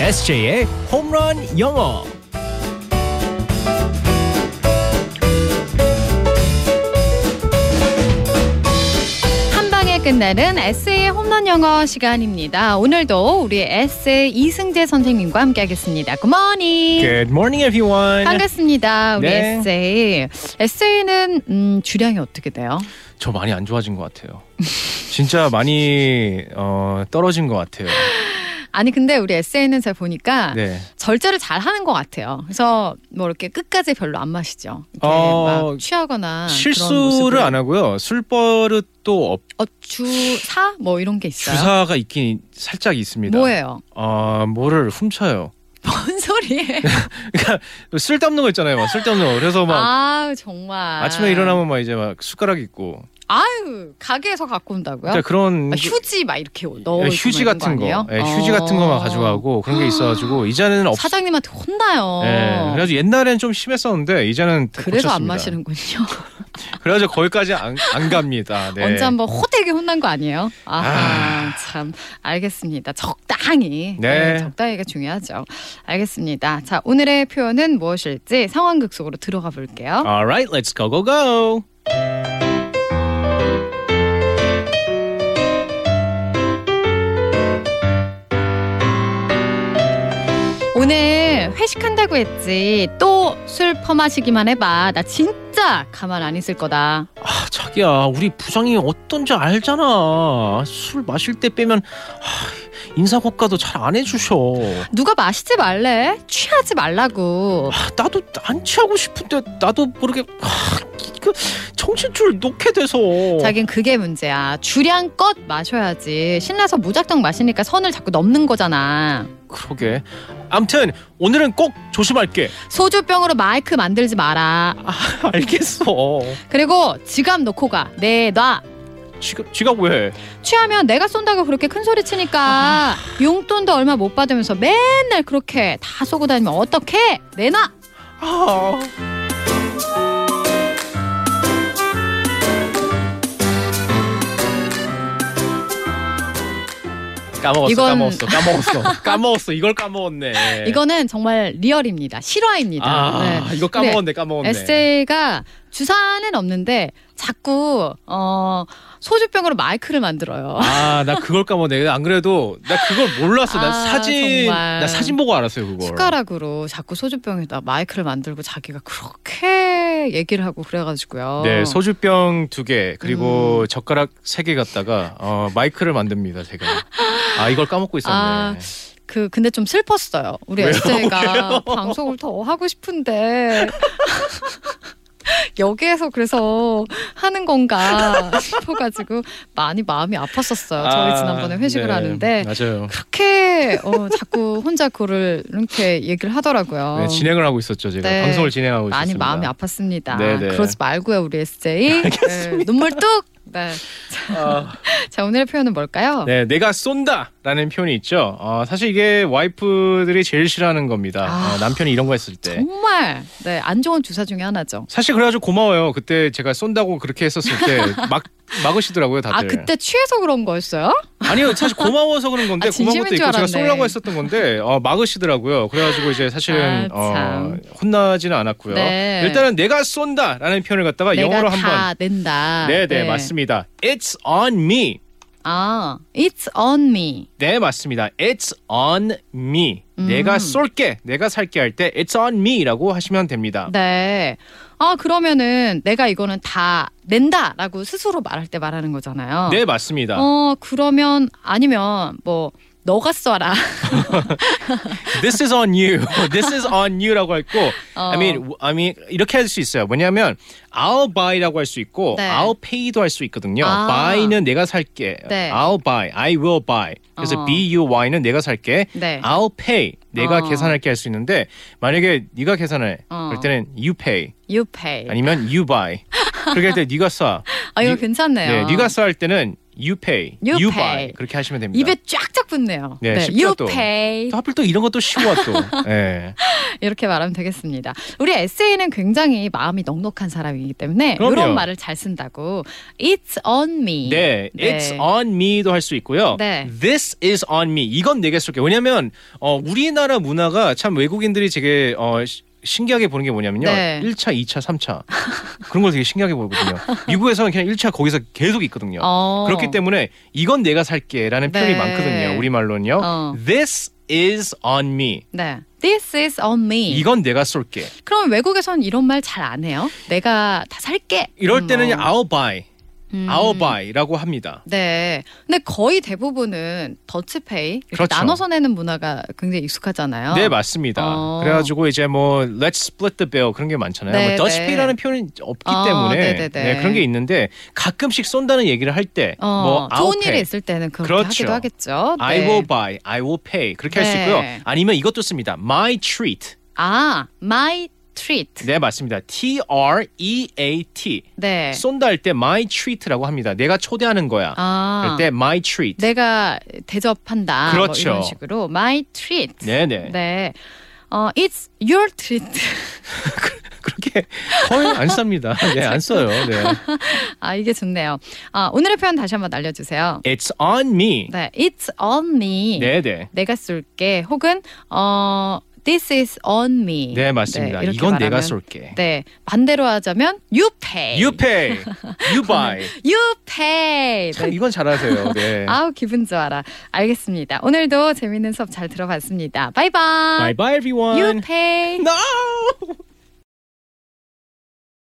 SJ의 홈런 영어. 한 방에 끝내는 에세이 홈런 영어 시간입니다. 오늘도 우리 에세이 이승재 선생님과 함께하겠습니다. 네. 굿모닝. Good morning, everyone. 반갑습니다. 우리 네. 에세이. 에세이는 음, 주량이 어떻게 돼요? 저 많이 안 좋아진 것 같아요. 진짜 많이 어, 떨어진 것 같아요. 아니 근데 우리 에세이는 제가 보니까 네. 절제를 잘 하는 것 같아요. 그래서 뭐 이렇게 끝까지 별로 안 마시죠. 이렇게 어, 막 취하거나 실수를 안 하고요. 술버릇도 없, 어, 주사 뭐 이런 게 있어요. 주사가 있긴 살짝 있습니다. 뭐예요? 어, 뭐를 훔쳐요. 뭔 소리예요? 쓸데없는 거 있잖아요. 막 쓸데없는 거. 그래서 막 아 정말. 아... 침에 일어나면 막 이제 막 숟가락 있고. 아유 가게에서 갖고 온다고 그 요 러 그런 아, 휴지 막 이렇게 넣어 예, 휴지 같은 거, 예, 휴지 같은 거만 가져가고 그런 아. 게 있어가지고 이제는 없. 사장님한테 혼나요. 예, 그래서 옛날엔 좀 심했었는데 이제는 다 어. 그래서 안 고쳤습니다. 마시는군요. 그래서 거기까지 안, 안 갑니다. 네. 언제 한번 호되게 혼난 거 아니에요? 아, 아. 참 알겠습니다. 적당히. 네. 적당히가 중요하죠. 알겠습니다. 자, 오늘의 표현은 무엇일지 상황극 속으로 들어가 볼게요. Alright, let's go go go. 오늘 회식한다고 했지. 또 술 퍼마시기만 해봐. 나 진짜 가만 안 있을 거다. 아 자기야, 우리 부장이 어떤지 알잖아. 술 마실 때 빼면 아, 인사고과도 잘 안 해주셔. 누가 마시지 말래? 취하지 말라고. 아, 나도 안 취하고 싶은데 나도 모르게 아, 그 정신줄 놓게 돼서. 자긴 그게 문제야. 주량껏 마셔야지. 신나서 무작정 마시니까 선을 자꾸 넘는 거잖아. 그러게. 암튼 오늘은 꼭 조심할게. 소주병으로 마이크 만들지 마라. 알겠어. 그리고 지갑 놓고 가. 네, 놔. 지가 지가 왜? 취하면 내가 쏜다고 그렇게 큰 소리 치니까 아. 용돈도 얼마 못 받으면서 맨날 그렇게 다 쏘고 다니면 어떡해? 네, 내놔. 아. 까먹었어, 이건- 까먹었어, 까먹었어, 까먹었어. 이걸 까먹었네. 이거는 정말 리얼입니다. 실화입니다. 아, 네. 이거 까먹었네, 까먹었네. 에세이가 주사는 없는데 자꾸 어 소주병으로 마이크를 만들어요. 아, 나 그걸 까먹었네. 안 그래도 나 그걸 몰랐어. 나 아, 사진, 정말. 나 사진 보고 알았어요, 그걸. 숟가락으로 자꾸 소주병에다 마이크를 만들고 자기가 그렇게 얘기를 하고 그래가지고요. 네, 소주병 두 개, 그리고 음. 젓가락 세 개 갖다가 어, 마이크를 만듭니다, 제가. 아, 이걸 까먹고 있었네. 아, 그 근데 좀 슬펐어요. 우리 왜요? 에스가 방송을 더 하고 싶은데 여기에서 그래서 하는 건가 싶어가지고 많이 마음이 아팠었어요. 저희 아, 지난번에 회식을 네, 하는데 맞아요. 그렇게 어, 자꾸 혼자 그거를 이렇게 얘기를 하더라고요. 네, 진행을 하고 있었죠 제가 네. 방송을 진행하고 많이 있었습니다. 마음이 아팠습니다. 네네. 그러지 말고요, 우리 SJ. 네, 눈물 뚝. 네. 아, 자, 오늘의 표현은 뭘까요? 네, 내가 쏜다라는 표현이 있죠. 어, 사실 이게 와이프들이 제일 싫어하는 겁니다. 아. 어, 남편이 이런 거 했을 때. 정말 네, 안 좋은 주사 중에 하나죠. 사실 그래가지고 고마워요. 그때 제가 쏜다고 그렇게 했었을 때 막 막으시더라고요 다들. 아, 그때 취해서 그런 거였어요? 니요 사실 고마워서 그런 건데 아, 고마운 것도 진심인 줄 있고 제가 알았네. 쏠라고 했었던 건데 어, 막으시더라고요. 그래가지고 이제 사실은 아, 어, 참. 혼나지는 않았고요. 네. 일단은 내가 쏜다라는 표현을 갖다가 아, 영어로 내가 한번. 다 낸다. 네, 네, 맞습니다. It's on me. 아, it's on me. 네 맞습니다. It's on me. 음. 내가 쏠게, 내가 살게 할 때 It's on me라고 하시면 됩니다. 네. 아, 그러면은 내가 이거는 다 낸다라고 스스로 말할 때 말하는 거잖아요. 네 맞습니다. 어, 그러면 아니면 뭐 너가 써라. This is on you. This is on you라고 했고, 어. I mean, I mean 이렇게 할 수 있어요. 뭐냐면 I'll buy라고 할 수 있고 네. I'll pay도 할 수 있거든요. 아. Buy는 내가 살게. 네. I'll buy, I will buy. 그래서 어. B U Y는 내가 살게. 네. I'll pay 내가 어. 계산할게 할 수 있는데 만약에 네가 계산해 어. 그럴 때는 you pay You 예. pay. 아니면 you buy. 그렇게 할 때 네가 쏴. 아, 이거 니- 괜찮네요. 네, 네가 써 할 때는 you pay, You you pay. buy 그렇게 하시면 됩니다. 입에 쫙쫙 붙네요. 네, 쉽죠, 또. 유페이 또 하필 또 이런 것도 쉬워 또. 예. 이렇게 말하면 되겠습니다. 우리 에세이는 굉장히 마음이 넉넉한 사람이기 때문에 그럼요. 이런 말을 잘 쓴다고. It's on me. 네, it's 네. on me도 할 수 있고요. 네. This is on me 이건 내게 쓸게요. 왜냐하면 어, 우리나라 문화가 참 외국인들이 되게 어, 시- 신기하게 보는 게 뭐냐면요. 네. 1차, 2차, 3차 그런 걸 되게 신기하게 보거든요. 미국에서는 그냥 1차 거기서 계속 있거든요. 어. 그렇기 때문에 이건 내가 살게라는 표현이 네. 많거든요. 우리 말로는요. 어. This is on me. 네. This is on me. 이건 내가 쏠게. 그럼 외국에선 이런 말 잘 안 해요? 내가 다 살게. 이럴 때는 아- 뭐. I'll buy, 음. I'll buy라고 합니다. 네. 근데 거의 대부분은 더치페이 이렇게 그렇죠. 나눠서 내는 문화가 굉장히 익숙하잖아요. 네 맞습니다. 어. 그래가지고 이제 뭐 Let's split the bill 그런 게 많잖아요. 네, 뭐 Dutch 네. pay라는 표현이 없기 어, 때문에 네, 네, 네. 네, 그런 게 있는데 가끔씩 쏜다는 얘기를 할 때 뭐 어, I'll 좋은 일이 pay, 있을 때는 그렇게 그렇죠. 하기도 하겠죠. I 네. will buy, I will pay 그렇게 할 수 네. 있고요. 아니면 이것도 씁니다. My treat. 아, my treat. 네 맞습니다. T R E A T 네. 쏜다 할 때 my treat라고 합니다. 내가 초대하는 거야. 아. 그럴 때 my treat. 내가 대접한다. 그렇죠. 뭐 이런 식으로 my treat. 네네. 네. 어, it's your treat. 그렇게 거의 안 쌉니다. 네, 안 써요. 네. 아, 이게 좋네요. 아, 오늘의 표현 다시 한번 알려 주세요. It's on me. 네. it's on me. 네, 네. 내가 쏠게 혹은 어 this is on me. 네, 맞습니다. 이렇게 이건 내가 말하면- 쏠게. 네 반대로 하자면 you pay. You pay, you buy. You pay. 참 네. 이건 잘하세요. 네. 아우 기분 좋아라. 알겠습니다. 오늘도 재밌는 수업 잘 들어봤습니다. 바이바이. Bye bye everyone. You pay. No.